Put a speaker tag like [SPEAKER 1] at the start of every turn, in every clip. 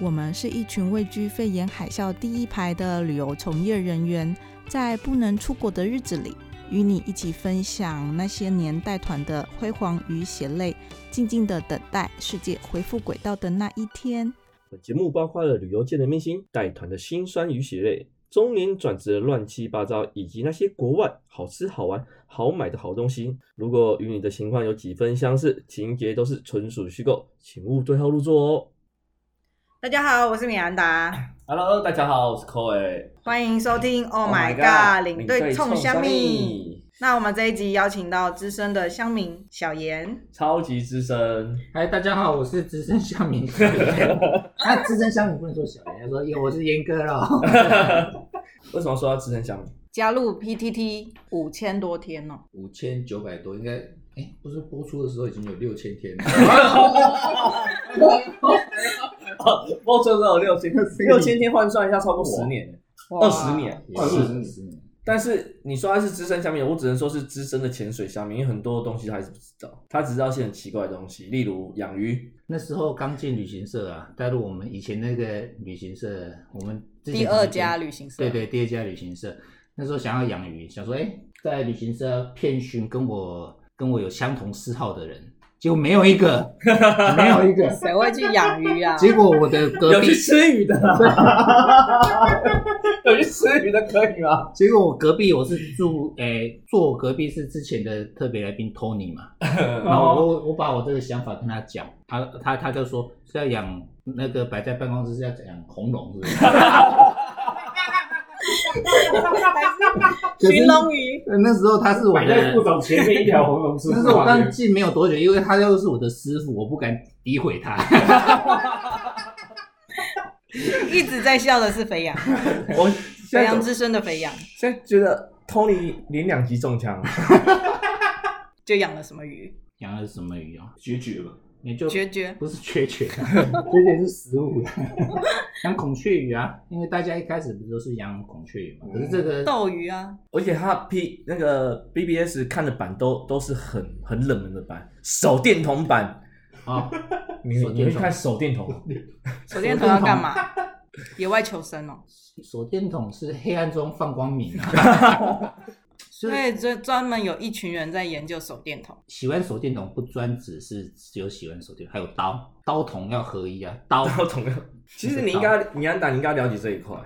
[SPEAKER 1] 我们是一群位居肺炎海啸第一排的旅游从业人员，在不能出国的日子里，与你一起分享那些年带团的辉煌与血泪，静静的等待世界恢复轨道的那一天。
[SPEAKER 2] 本节目包括了旅游界的明星、带团的辛酸与血泪、中年转职的乱七八糟，以及那些国外好吃好玩好买的好东西。如果与你的情况有几分相似，情节都是纯属虚构，请勿对号入座哦。
[SPEAKER 3] 大家好，我是米兰 达，
[SPEAKER 2] Hello，大家好，我是 Koi。
[SPEAKER 3] 欢迎收听。Oh my god，领队冲虾米。？那我们这一集邀请到资深的乡民小严，
[SPEAKER 2] 超级资深，
[SPEAKER 4] 嗨，哎大家好，我是资深乡民。 那资深乡民不能说小严，要说耶，我是严哥喽。
[SPEAKER 2] 为什么说要资深 乡民？
[SPEAKER 3] 加入 PTT 五千多天哦，
[SPEAKER 5] 五千九百多，应该哎，不是播出的时候已经有六千天了。
[SPEAKER 3] 哦
[SPEAKER 2] 播出之后六千 六千天换算一下，超过十年，
[SPEAKER 3] 哇
[SPEAKER 2] 二十。年，
[SPEAKER 5] 也
[SPEAKER 2] 换算
[SPEAKER 5] 是是
[SPEAKER 2] 但是你说他是资深虾米，我只能说是资深的潜水虾米，因为很多东西他还是不知道，他只知道一些很奇怪的东西，例如养鱼。
[SPEAKER 4] 那时候刚进旅行社啊，带入我们以前那个旅行社，我们之前
[SPEAKER 3] 第二家旅行社，
[SPEAKER 4] 对对，第二家旅行社。那时候想要养鱼，想说哎、在旅行社骗寻跟我跟我有相同嗜好的人，结果没有一 个，没有一个。
[SPEAKER 3] 谁会去养鱼啊？
[SPEAKER 4] 结果我的隔
[SPEAKER 2] 有
[SPEAKER 4] 壁
[SPEAKER 2] 去，吃鱼的啦，有去吃鱼的可以 吗？
[SPEAKER 4] 结果我隔壁我是住，哎、坐我隔壁是之前的特别来宾 Tony 嘛，
[SPEAKER 6] 哦
[SPEAKER 4] 然后我我我把我这个想法跟他讲，他他他就说是要养那个摆在办公室是要养红龙， 是不是？
[SPEAKER 3] 寻龙鱼，
[SPEAKER 4] 呃那时候他是我的
[SPEAKER 6] 总前面一条红龙是
[SPEAKER 4] 那是我刚进没有多久，因为他又是我的师傅，我不敢诋毁他。
[SPEAKER 3] 一直在笑的是肥 羊，
[SPEAKER 2] 我
[SPEAKER 3] 肥
[SPEAKER 2] 现在
[SPEAKER 3] 羊
[SPEAKER 2] 总
[SPEAKER 3] 之声的肥羊，
[SPEAKER 2] 现在觉得 Tony 连两集中枪，
[SPEAKER 3] 就养了什么鱼？
[SPEAKER 4] 养的是什么鱼啊？
[SPEAKER 6] 决绝吧，
[SPEAKER 4] 你就
[SPEAKER 3] 决绝。
[SPEAKER 4] 不是缺缺、啊，缺缺是食物、啊，养孔雀鱼啊，因为大家一开始不都是养孔雀鱼嘛？可是这个
[SPEAKER 3] 斗鱼啊，
[SPEAKER 2] 而且他 P 那个 BBS 看的版都都是很很冷门的版，手电筒版，
[SPEAKER 4] 啊、
[SPEAKER 2] 你
[SPEAKER 4] 手
[SPEAKER 2] 你
[SPEAKER 4] 电筒
[SPEAKER 2] 会看手电筒？
[SPEAKER 3] 手电筒要干嘛？野外求生哦，
[SPEAKER 4] 手电筒是黑暗中放光明啊。所
[SPEAKER 3] 所
[SPEAKER 4] 以
[SPEAKER 3] 以这专门有一群人在研究手电筒。
[SPEAKER 4] 喜欢手电筒不专只是只有喜欢手电筒，还有刀，刀筒要合一啊，刀
[SPEAKER 2] 然后同样，其实你应该米安达，你应该了解这一块。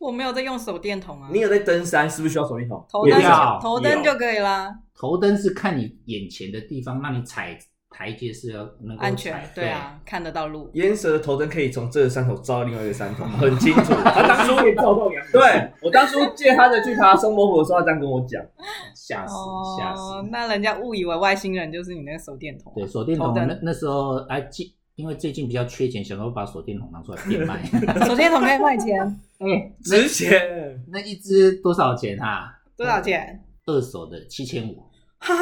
[SPEAKER 3] 我没有在用手电筒啊，
[SPEAKER 2] 你有在登山，是不是需要手电筒？
[SPEAKER 3] 头灯
[SPEAKER 4] 也要
[SPEAKER 3] 头灯就可以啦。
[SPEAKER 4] 头灯是看你眼前的地方，让你踩台阶是要能够
[SPEAKER 3] 安
[SPEAKER 4] 踩
[SPEAKER 3] 全，对啊，看得到路。
[SPEAKER 2] 岩蛇的头灯可以从这个山头照到另外一个山头，很清楚。 他当初
[SPEAKER 6] 照到阳
[SPEAKER 2] 对我当初借他的去爬松柏湖的时候，他这样跟我讲，
[SPEAKER 4] 对，吓死吓死。
[SPEAKER 3] 哦，那人家误以为外星人就是你那个手电筒。
[SPEAKER 4] 对，手电筒
[SPEAKER 3] 头灯
[SPEAKER 4] 那那时候哎，最因为最近比较缺钱，想说把手电筒拿出来 变卖。
[SPEAKER 3] 手电筒可以卖 钱，
[SPEAKER 4] 哎，
[SPEAKER 2] 值钱。
[SPEAKER 4] 那一只多少钱啊？
[SPEAKER 3] 多少钱？
[SPEAKER 4] 二手的七千五，
[SPEAKER 3] 哈，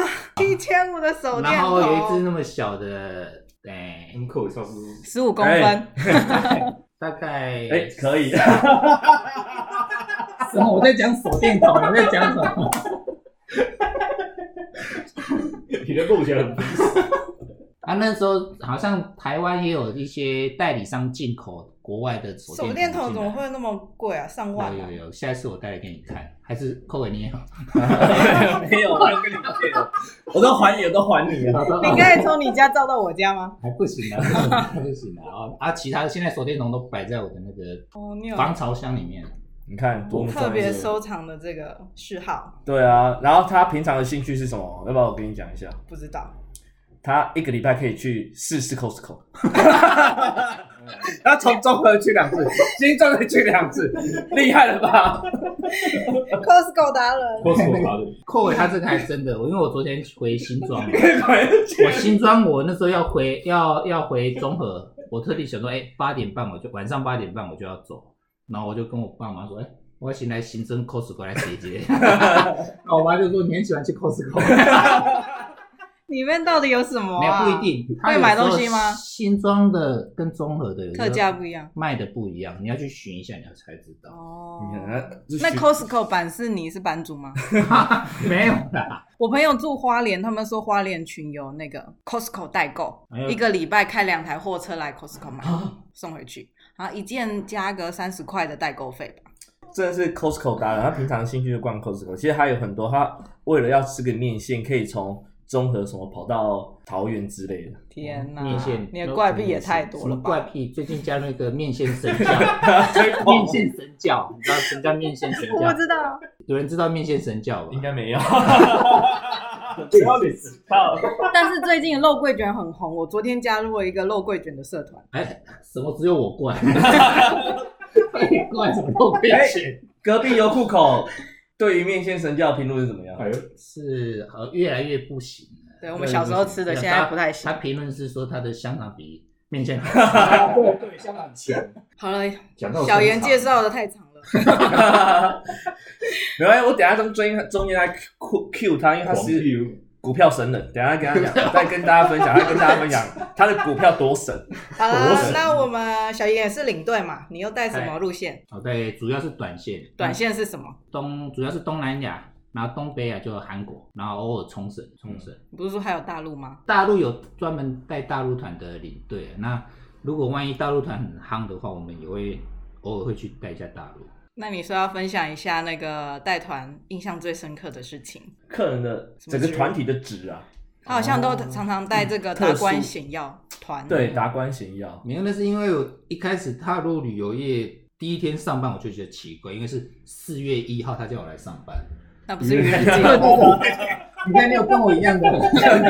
[SPEAKER 3] 一千五的手电
[SPEAKER 4] 然后有一只
[SPEAKER 3] 筒，
[SPEAKER 4] 那么小的，哎，
[SPEAKER 6] 门口差不多。
[SPEAKER 3] 十五公分，
[SPEAKER 4] 大 概
[SPEAKER 2] 哎，可 以，
[SPEAKER 4] 什么？我在讲手电筒，我在讲什么？
[SPEAKER 6] 你的梦想很不
[SPEAKER 4] 啊，那时候好像台湾也有一些代理商进口国外的手
[SPEAKER 3] 手电
[SPEAKER 4] 电
[SPEAKER 3] 筒怎
[SPEAKER 4] 筒进来，
[SPEAKER 3] 么会那么贵啊？上万
[SPEAKER 4] 有
[SPEAKER 3] 啊！
[SPEAKER 4] 有有，下一次我带来给你看，还是扣给你好。哦
[SPEAKER 2] 没有，我跟你借的，我都还你，我都还你了。
[SPEAKER 3] 你可以从你家照到我家吗？
[SPEAKER 4] 还不行啊， 还不行啊！哦啊，其他的现在手电筒都摆在我的那个
[SPEAKER 3] 哦，你有
[SPEAKER 4] 防潮箱里面。
[SPEAKER 2] 你看多么
[SPEAKER 3] 特
[SPEAKER 2] 专业
[SPEAKER 3] 别收藏的这个嗜好，
[SPEAKER 2] 对啊，然后他平常的兴趣是什么？要不要我跟你讲一下？
[SPEAKER 3] 不知道。
[SPEAKER 2] 他一个礼拜可以去四次 Costco，他从中和去两次，新庄的去两次，厉害了吧？
[SPEAKER 4] 呃
[SPEAKER 3] Costco 达人，
[SPEAKER 6] 多说 吧的，
[SPEAKER 4] 扣尾他这个还真的，我因为我昨天回新庄， 我
[SPEAKER 2] 我
[SPEAKER 4] 新庄我那时候要回要要回中和，我特地想说，哎、八点半我就晚上八点半我就要走，然后我就跟我爸妈说，哎、我要先来新增 Costco 来姐姐，然后我妈就说你很喜欢去 Costco，
[SPEAKER 3] 里面到底有什么、
[SPEAKER 4] 没有
[SPEAKER 3] 啊？
[SPEAKER 4] 不一定，它
[SPEAKER 3] 会
[SPEAKER 4] 有
[SPEAKER 3] 买
[SPEAKER 4] 时候
[SPEAKER 3] 东西吗
[SPEAKER 4] 新装的跟综合的有时候
[SPEAKER 3] 特价不一样
[SPEAKER 4] 卖的不一样，你要去寻一下，你要才知道。
[SPEAKER 3] 哦。
[SPEAKER 7] 你看，
[SPEAKER 3] 那 Costco 版是你是版主吗？
[SPEAKER 4] 没有啦，
[SPEAKER 3] 我朋友住花莲，他们说花莲群有那个 Costco 代购，
[SPEAKER 4] 哎呦啊
[SPEAKER 3] 一个礼拜开两台货车来 Costco 买、送回去，然后一件加个三十块的代购费吧。
[SPEAKER 8] 真的是 Costco 达人，他平常兴趣就逛 Costco，其实还有很多，他为了要吃个面线，可以从中和什么跑到桃园之 类的。
[SPEAKER 3] 天哪、
[SPEAKER 4] 哦面线
[SPEAKER 3] 你的怪癖也太多
[SPEAKER 4] 什
[SPEAKER 3] 了
[SPEAKER 4] 么
[SPEAKER 3] 吧
[SPEAKER 4] 怪？癖？最近加入一个面线神教， 面线神教，你知道什么叫面线神
[SPEAKER 3] 我
[SPEAKER 4] 教
[SPEAKER 3] 不？知道，
[SPEAKER 4] 有人知道面线神教吧？
[SPEAKER 8] 应该没有，
[SPEAKER 7] 只要你知道，
[SPEAKER 3] 但是最近肉桂卷很红，我昨天加入了一个肉桂卷的社团。
[SPEAKER 4] 哎，什么只有我 怪？你怪什么都可以
[SPEAKER 2] 哎
[SPEAKER 8] 哎
[SPEAKER 4] 选
[SPEAKER 8] 隔壁油库口对于面线神教的评论是怎么样？
[SPEAKER 7] 哎呦，
[SPEAKER 4] 是呃越来越不行了。
[SPEAKER 3] 对我们小时候
[SPEAKER 4] 哎
[SPEAKER 3] 吃的，现在不太行
[SPEAKER 4] 他。评论是说他的香肠比面线好 吃。
[SPEAKER 7] 啊对对，香港钱，
[SPEAKER 3] 好了，
[SPEAKER 7] 讲到
[SPEAKER 3] 小
[SPEAKER 7] 严
[SPEAKER 3] 严介绍的太长了。
[SPEAKER 8] 没关系，我等一下中间中间来 Q Q 他，因为他
[SPEAKER 7] 黄
[SPEAKER 8] 是
[SPEAKER 7] 牛，
[SPEAKER 8] 股票神人，等一下跟他 讲，再跟大家分享，再跟大家分享他的股票多神。
[SPEAKER 3] 好
[SPEAKER 7] 我
[SPEAKER 3] 了，
[SPEAKER 7] 是
[SPEAKER 3] 那我们小严也是领队嘛，你又带什么路线？
[SPEAKER 4] 哦，对，主要是短线，
[SPEAKER 3] 短线是什么？
[SPEAKER 4] 东主要是东南亚，然后东北亚就韩国，然后偶尔冲绳，冲绳。
[SPEAKER 8] 嗯
[SPEAKER 3] 你不是说还有大陆吗？
[SPEAKER 4] 大陆有专门带大陆团的领队，啊那如果万一大陆团很夯的话，我们也会偶尔会去带一下大陆。
[SPEAKER 3] 那你说要分享一下那个带团印象最深刻的事情？
[SPEAKER 8] 客人的整个团体的值啊，
[SPEAKER 3] 他好像都常常带这个达官显要
[SPEAKER 2] 哦
[SPEAKER 3] 团，
[SPEAKER 8] 对，达官显 要，
[SPEAKER 4] 没有，那是因为我一开始踏入旅游业第一天上班，我就觉得奇怪，因为是四月一号他叫我来上班，
[SPEAKER 3] 那不是愚人节
[SPEAKER 4] 对对对，你看你有跟我一样的，啊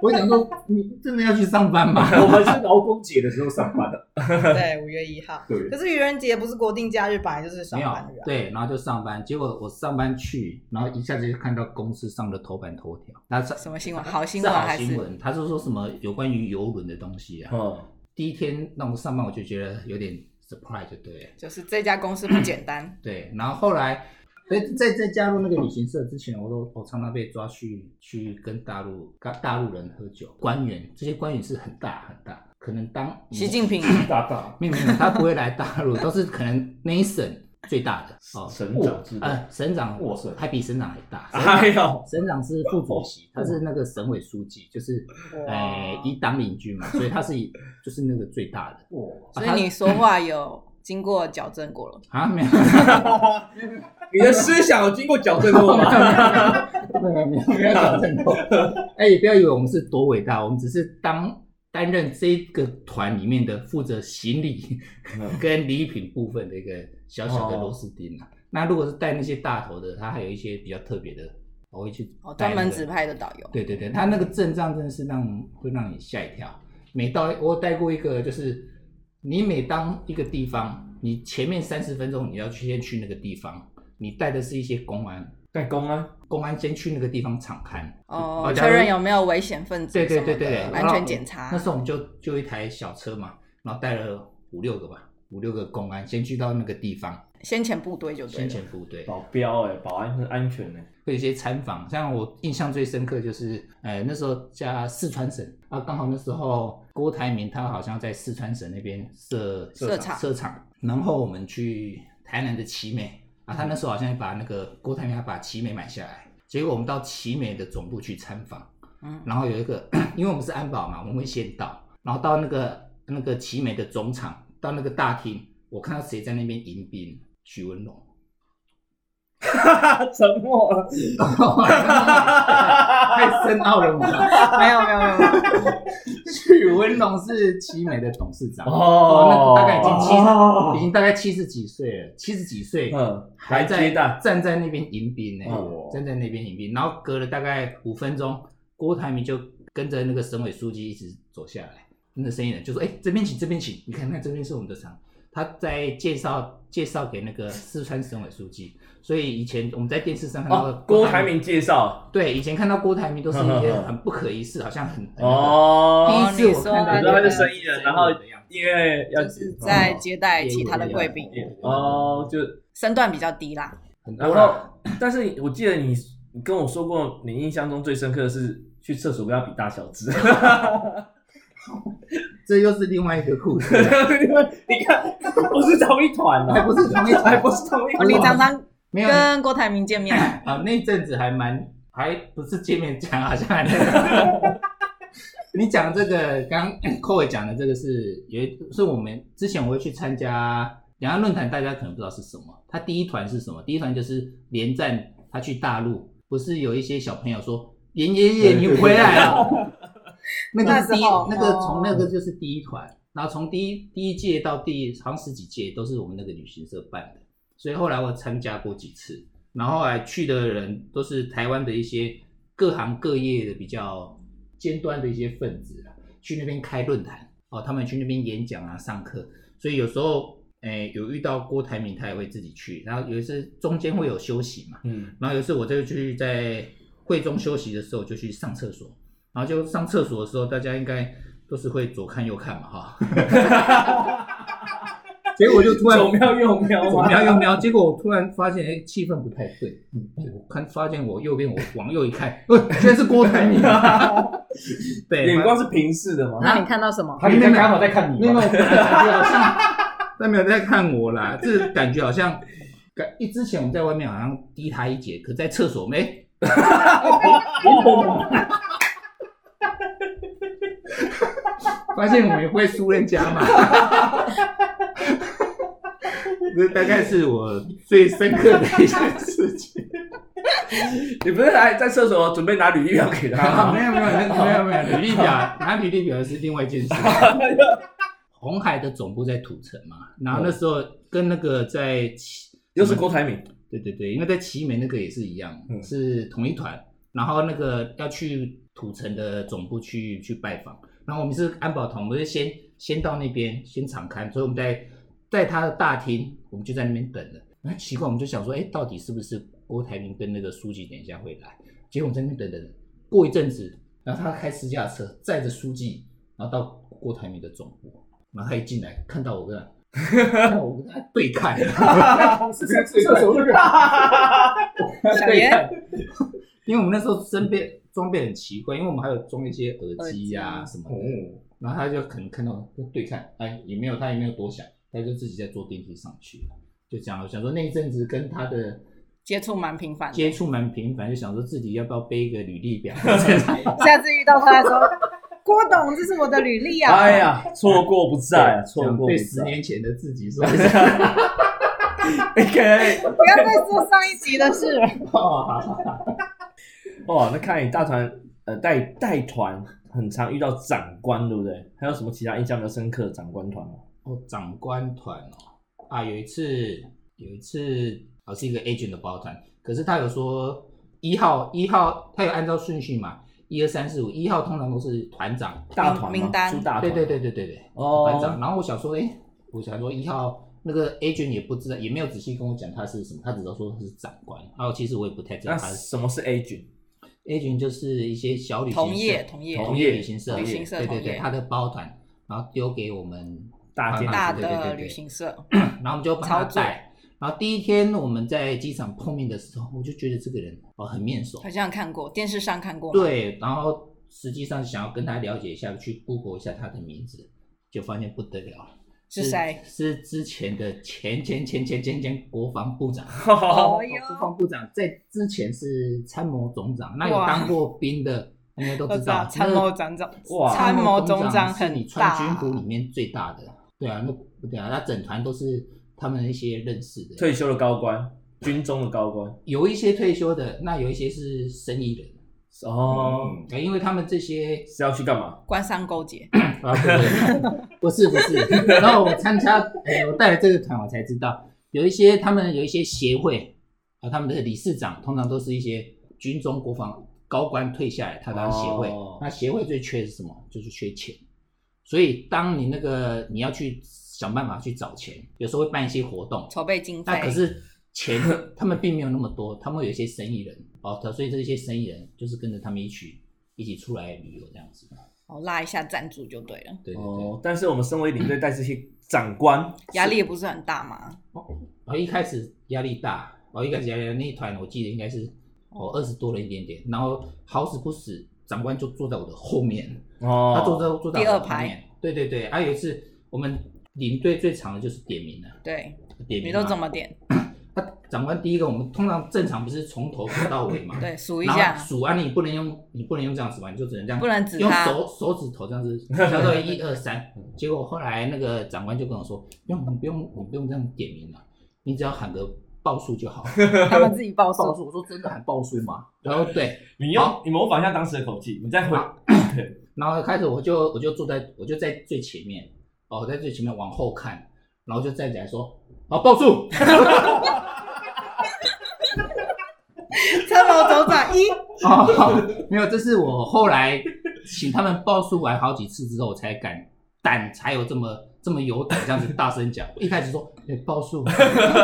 [SPEAKER 4] 我想说你真的要去上班 吗？
[SPEAKER 7] 我们是劳工节的时候上班 的，
[SPEAKER 3] 对，五月一号。
[SPEAKER 7] 对
[SPEAKER 3] 可，是愚人节不是国定假日，本来就是上
[SPEAKER 4] 没有
[SPEAKER 3] 班日、啊。，
[SPEAKER 4] 对，然后就上班，结果我上班去，然后一下子就看到公司上的头版头条，那是
[SPEAKER 3] 什么新闻？好新
[SPEAKER 4] 是
[SPEAKER 3] 闻
[SPEAKER 4] 好
[SPEAKER 3] 还
[SPEAKER 4] 新
[SPEAKER 3] 是？哦
[SPEAKER 4] 闻，他是说什么有关于游轮的东西啊？
[SPEAKER 8] 嗯，
[SPEAKER 4] 第一天那我上班我就觉得有点 surprise，就对了，
[SPEAKER 3] 就是这家公司不简单
[SPEAKER 4] 对，然后后来。在在在加入那个旅行社之前，我都我常常被抓去去跟大陆大大陆人喝酒，官员这些官员是很大很大，可能当
[SPEAKER 3] 习近平
[SPEAKER 7] 大大，
[SPEAKER 4] 没有没有，他不会来大陆，都是可能那一省最大的哦，
[SPEAKER 8] 省长之类
[SPEAKER 4] 呃，省长
[SPEAKER 7] 哇塞
[SPEAKER 4] 还比省长还大。
[SPEAKER 8] 哎呦，
[SPEAKER 4] 省长是副主席，他是那个省委书记，就是
[SPEAKER 3] 哇
[SPEAKER 4] 呃一党领军嘛，所以他是以就是那个最大的
[SPEAKER 7] 哇，
[SPEAKER 3] 所以你说话有经过矫正过了。
[SPEAKER 4] 啊，没有
[SPEAKER 8] 你的思想有经过矫正过吗？
[SPEAKER 4] 没有没有没有矫正过。哎，也不要以为我们是多伟大，我们只是当担任这个团里面的负责行李哦跟礼品部分的一个小小的螺丝钉啊。那如果是带那些大头的，他还有一些比较特别的，我会去
[SPEAKER 3] 哦，
[SPEAKER 4] 带
[SPEAKER 3] 专门
[SPEAKER 4] 那个
[SPEAKER 3] 指派的导游，
[SPEAKER 4] 对对对，他那个阵仗真的是让会让你吓一跳。每到我有带过一个，就是你每当一个地方，你前面三十分钟你要去先去那个地方，你带的是一些公安，
[SPEAKER 8] 代工啊，
[SPEAKER 4] 公安先去那个地方查看。
[SPEAKER 3] 哦，
[SPEAKER 4] 啊假
[SPEAKER 3] 确
[SPEAKER 4] 如
[SPEAKER 3] 认有没有危险分子，
[SPEAKER 4] 对对对对对，
[SPEAKER 3] 安全检查
[SPEAKER 4] 那时候我们就就一台小车嘛，然后带了五六个吧，五六个公安先去到那个地方，
[SPEAKER 3] 先遣部队就对
[SPEAKER 4] 先
[SPEAKER 3] 了。
[SPEAKER 4] 遣部队。
[SPEAKER 8] 保镖哎、保安是安全哎、
[SPEAKER 4] 会有一些参访，像我印象最深刻就是，呃，那时候加四川省啊，刚好那时候郭台铭他好像在四川省那边设
[SPEAKER 3] 设厂
[SPEAKER 4] 设厂，然后我们去台南的奇美
[SPEAKER 3] 嗯
[SPEAKER 4] 啊，他那时候好像把那个郭台铭他把奇美买下来，结果我们到奇美的总部去参访，
[SPEAKER 3] 嗯，
[SPEAKER 4] 然后有一个， 因为我们是安保嘛，我们会先到，然后到那个那个奇美的总厂，到那个大厅，我看到谁在那边迎宾，许文龙。
[SPEAKER 8] 沉默了，
[SPEAKER 4] 太深奥了嘛！
[SPEAKER 3] 没有没有没有没有，
[SPEAKER 4] 许文龙是奇美的董事长
[SPEAKER 8] 哦
[SPEAKER 4] 那大概已经七十、
[SPEAKER 7] 哦
[SPEAKER 4] 已经大概七十几岁了，七十几岁，
[SPEAKER 8] 嗯，
[SPEAKER 4] 还
[SPEAKER 8] 来
[SPEAKER 4] 在
[SPEAKER 8] 接待，
[SPEAKER 4] 站在那边迎宾呢、欸
[SPEAKER 8] 哦
[SPEAKER 4] 站在那边迎宾，然后隔了大概五分钟，郭台铭就跟着那个省委书记一直走下来，那个生意人就说：“哎、这边请，这边请，你看看这边是我们的厂。”他在介绍介绍给那个四川省委书记，所以以前我们在电视上看到、
[SPEAKER 8] 哦，郭台铭介绍，
[SPEAKER 4] 对，以前看到郭台铭都是一些很不可一世，好像很。
[SPEAKER 8] 哦，
[SPEAKER 4] 很那个第一次我看到
[SPEAKER 3] 哦
[SPEAKER 4] 那
[SPEAKER 3] 你说
[SPEAKER 4] 个，
[SPEAKER 3] 他
[SPEAKER 8] 是生意人然后因为要
[SPEAKER 3] 就是在接待其他的贵宾，
[SPEAKER 8] 哦，就
[SPEAKER 3] 身段比较低啦。
[SPEAKER 4] 很多
[SPEAKER 8] 然
[SPEAKER 4] 啦
[SPEAKER 8] 后，但是我记得你你跟我说过，你印象中最深刻的是
[SPEAKER 2] 去厕所跟他比大小只。
[SPEAKER 4] 这又是另外一个故事，
[SPEAKER 2] 你看，不是同一团
[SPEAKER 4] 还
[SPEAKER 2] 啊，
[SPEAKER 4] 不是同一
[SPEAKER 2] 还
[SPEAKER 4] 团，
[SPEAKER 2] 不是同一
[SPEAKER 8] 啊
[SPEAKER 3] 哦
[SPEAKER 2] 团。
[SPEAKER 3] 你常常
[SPEAKER 4] 没有
[SPEAKER 3] 跟郭台铭见面，
[SPEAKER 4] 啊，那阵子还蛮还不是见面讲，好像还那个。 你讲这个，刚 刚寇伟讲的这个是有一是我们之前我会去参加两岸论坛，大家可能不知道是什么。他第一团是什么？第一团就是连战他去大陆，不是有一些小朋友说连爷爷你回来了，那个是第
[SPEAKER 3] 那
[SPEAKER 4] 一
[SPEAKER 3] 时候
[SPEAKER 4] 那个
[SPEAKER 3] 哦
[SPEAKER 4] 从那个就是第一团，然后从第一第一届到第好像十几届都是我们那个旅行社办的，所以后来我参加过几次。然后后来去的人都是台湾的一些各行各业的比较尖端的一些分子啊，去那边开论坛哦，他们去那边演讲啊、上课，所以有时候诶有遇到郭台铭，他也会自己去，然后有一次中间会有休息嘛，
[SPEAKER 2] 嗯，
[SPEAKER 4] 然后有一次我就去在会中休息的时候就去上厕所，然后就上厕所的时候，大家应该都是会左看右看嘛哈，结果就突然
[SPEAKER 2] 左瞄右瞄
[SPEAKER 4] 我
[SPEAKER 2] 嘛，
[SPEAKER 4] 瞄一瞄，结果我突然发现，哎，气氛不太对。嗯，我看发现我右边，我往右一看，呃，居然是郭台铭。对，
[SPEAKER 2] 眼光是平视的嘛。
[SPEAKER 3] 那你看到什么？
[SPEAKER 7] 他应该刚好在看你
[SPEAKER 4] 没有，
[SPEAKER 7] 吧
[SPEAKER 4] 没有，感觉好像他没有在看我啦，这感觉好像感一之前我们在外面好像低他一截，可在厕所没。发现我们也不会输人家嘛，这大概是我最深刻的一件事情。
[SPEAKER 2] 你不是还在厕所准备拿履历表给他
[SPEAKER 4] 没
[SPEAKER 2] 吗？
[SPEAKER 4] 有没有没有没有没有，履历表拿履历表是另外一件事。红海的总部在土城嘛，然后那时候跟那个在奇
[SPEAKER 2] 又是郭台铭，
[SPEAKER 4] 对对对，因为在奇美那个也是一样，
[SPEAKER 2] 嗯
[SPEAKER 4] 是同一团，然后那个要去土城的总部去去拜访，然后我们是安保团，我们就先先到那边先敞开，所以我们在在他的大厅，我们就在那边等了。那奇怪，我们就想说，哎，到底是不是郭台铭跟那个书记等一下会来？结果我们在那边等等等，过一阵子，然后他开私家车载着书记，然后到郭台铭的总部，然后他一进来看到我跟他， 看到我跟他对看。
[SPEAKER 7] 是是是厕所那个，
[SPEAKER 3] 小严，
[SPEAKER 4] 因为我们那时候身边装备很奇怪，因为我们还有装一些耳机呀、
[SPEAKER 3] 耳啊
[SPEAKER 4] 什么的，然后他就可能看到就对看，哎，也没有他也没有多想，他就自己在坐电梯上去了，就这样。我想说那一阵子跟他的
[SPEAKER 3] 接触蛮频繁的，
[SPEAKER 4] 接触蛮频繁，就想说自己要不要背一个履历表，
[SPEAKER 3] 下次遇到他 的时候，郭董，这是我的履历啊。
[SPEAKER 2] 哎呀，错过不在，啊错过不
[SPEAKER 4] 对十
[SPEAKER 2] 在。
[SPEAKER 4] 年前的自己说一下。
[SPEAKER 2] 哎 OK，
[SPEAKER 3] 不要再说上一集的 事了。
[SPEAKER 4] 啊
[SPEAKER 2] 哇，哦那看你大团呃带带团，很常遇到长官，对不对？还有什么其他印象比较深刻的长官团吗？
[SPEAKER 3] 嗯
[SPEAKER 4] 哦，长官团哦，啊，有一次有一次，哦是一个 agent 的包团，可是他有说一号一号，他有按照顺序嘛，一二三四五，一号通常都是团长，
[SPEAKER 2] 大团吗
[SPEAKER 3] 名单
[SPEAKER 2] 出大团，
[SPEAKER 4] 对对对对对对，
[SPEAKER 2] 哦
[SPEAKER 4] 团长。然后我想说，哎、我想说一号那个 agent 也不知道，也没有仔细跟我讲他是什么，他只知道说他是长官，然后其实我也不太知道
[SPEAKER 2] 那
[SPEAKER 4] 他是
[SPEAKER 2] 什么是 A 君？
[SPEAKER 4] agent 就是一些小旅行社
[SPEAKER 3] 同业，同业，
[SPEAKER 4] 同业旅行社，
[SPEAKER 3] 旅行社
[SPEAKER 4] 对对
[SPEAKER 3] 同
[SPEAKER 4] 对，
[SPEAKER 3] 业
[SPEAKER 4] 他的包团，然后丢给我们
[SPEAKER 2] 大间
[SPEAKER 3] 大
[SPEAKER 4] 对对对
[SPEAKER 3] 的
[SPEAKER 4] 对
[SPEAKER 3] 旅行社，
[SPEAKER 4] 然后我们就帮他带。然后第一天我们在机场碰面的时候，我就觉得这个人哦很面熟
[SPEAKER 3] 好，像看过，电视上看过。，
[SPEAKER 4] 对。然后实际上想要跟他了解一下，去 Google 一下他的名字，就发现不得了了，
[SPEAKER 3] 是谁？
[SPEAKER 4] 是之前的前前前前前前国防部长。
[SPEAKER 3] 哦
[SPEAKER 4] 国
[SPEAKER 3] 哟，
[SPEAKER 4] 防部长在之前是参谋总长，那有
[SPEAKER 3] 哇
[SPEAKER 4] 当过兵的应该都
[SPEAKER 3] 我
[SPEAKER 4] 知
[SPEAKER 3] 知道，
[SPEAKER 4] 道
[SPEAKER 3] 参谋长长，
[SPEAKER 2] 哇
[SPEAKER 3] 参谋
[SPEAKER 4] 总
[SPEAKER 3] 总长
[SPEAKER 4] 是你
[SPEAKER 3] 很
[SPEAKER 4] 穿军
[SPEAKER 3] 大，
[SPEAKER 4] 服里面最大的，对啊，那不对啊，那整团都是他们一些认识的，
[SPEAKER 2] 退休的高官，军中的高官。
[SPEAKER 4] 有一些退休的，那有一些是生意人。
[SPEAKER 2] 哦，
[SPEAKER 4] 嗯，因为他们 这些
[SPEAKER 2] 是要去干嘛？
[SPEAKER 3] 官商勾 结，
[SPEAKER 4] 啊， 不是不是不是，然后我参加，哎，我带了这个团，我才知道有一些他们有一些协会啊，他们的理事长通常都是一些军中国防高官退下来，他当协会。
[SPEAKER 2] 哦
[SPEAKER 4] 那协会最缺的是什么？就是缺钱。所以当你那个你要去想办法去找钱，有时候会办一些活动，
[SPEAKER 3] 筹备经
[SPEAKER 4] 那
[SPEAKER 3] 费
[SPEAKER 4] 可。是钱他们并没有那么多，他们有一些生意人哦，所以这些生意人就是跟着他们一起一起出来旅游这样子。
[SPEAKER 3] 哦，拉一下赞助就对了，
[SPEAKER 4] 嗯对对对。
[SPEAKER 2] 哦，但是我们身为领队带这些长官，
[SPEAKER 3] 压力也不是很大嘛。
[SPEAKER 4] 然后一开始压力大，然后一开始压力大那一团我记得应该是哦二十多人一点点，然后好死不死长官就坐在我的后面，
[SPEAKER 2] 哦，
[SPEAKER 4] 他坐在坐在我
[SPEAKER 3] 第二
[SPEAKER 4] 的后
[SPEAKER 3] 排
[SPEAKER 4] 面。对对对，还、有一次我们领队最长的就是点名了，
[SPEAKER 3] 对，
[SPEAKER 4] 点名
[SPEAKER 3] 你都
[SPEAKER 4] 嘛
[SPEAKER 3] 怎么点？
[SPEAKER 4] 那长官第一个，我们通常正常不是从头数到尾 嘛？
[SPEAKER 3] 对，数一
[SPEAKER 4] 然后
[SPEAKER 3] 下，
[SPEAKER 4] 数啊，你不能用，你不能用这样数啊，你就只能这样，
[SPEAKER 3] 不能指
[SPEAKER 4] 用
[SPEAKER 3] 他
[SPEAKER 4] 手手指头这样 子，小到一二三。嗯结果后来那个长官就跟我说，不用，你不用，你不用这样点名了，你只要喊个报数就好。
[SPEAKER 3] 他们自己报
[SPEAKER 4] 报
[SPEAKER 3] 数。
[SPEAKER 4] 数，我说真 的喊报数吗？然后对，
[SPEAKER 2] 你用
[SPEAKER 4] 好
[SPEAKER 2] 你模仿一下当时的口气，你再回
[SPEAKER 4] 好然后开始我就我就坐在我就在最前面，哦，我在最前面往后看，然后就站起来说，好报数，
[SPEAKER 3] 参谋总长一，
[SPEAKER 4] 哦， 没有，这是我后来请他们报数完好几次之后，我才敢胆才有这么这么有胆这样子大声讲。一开始说对报数，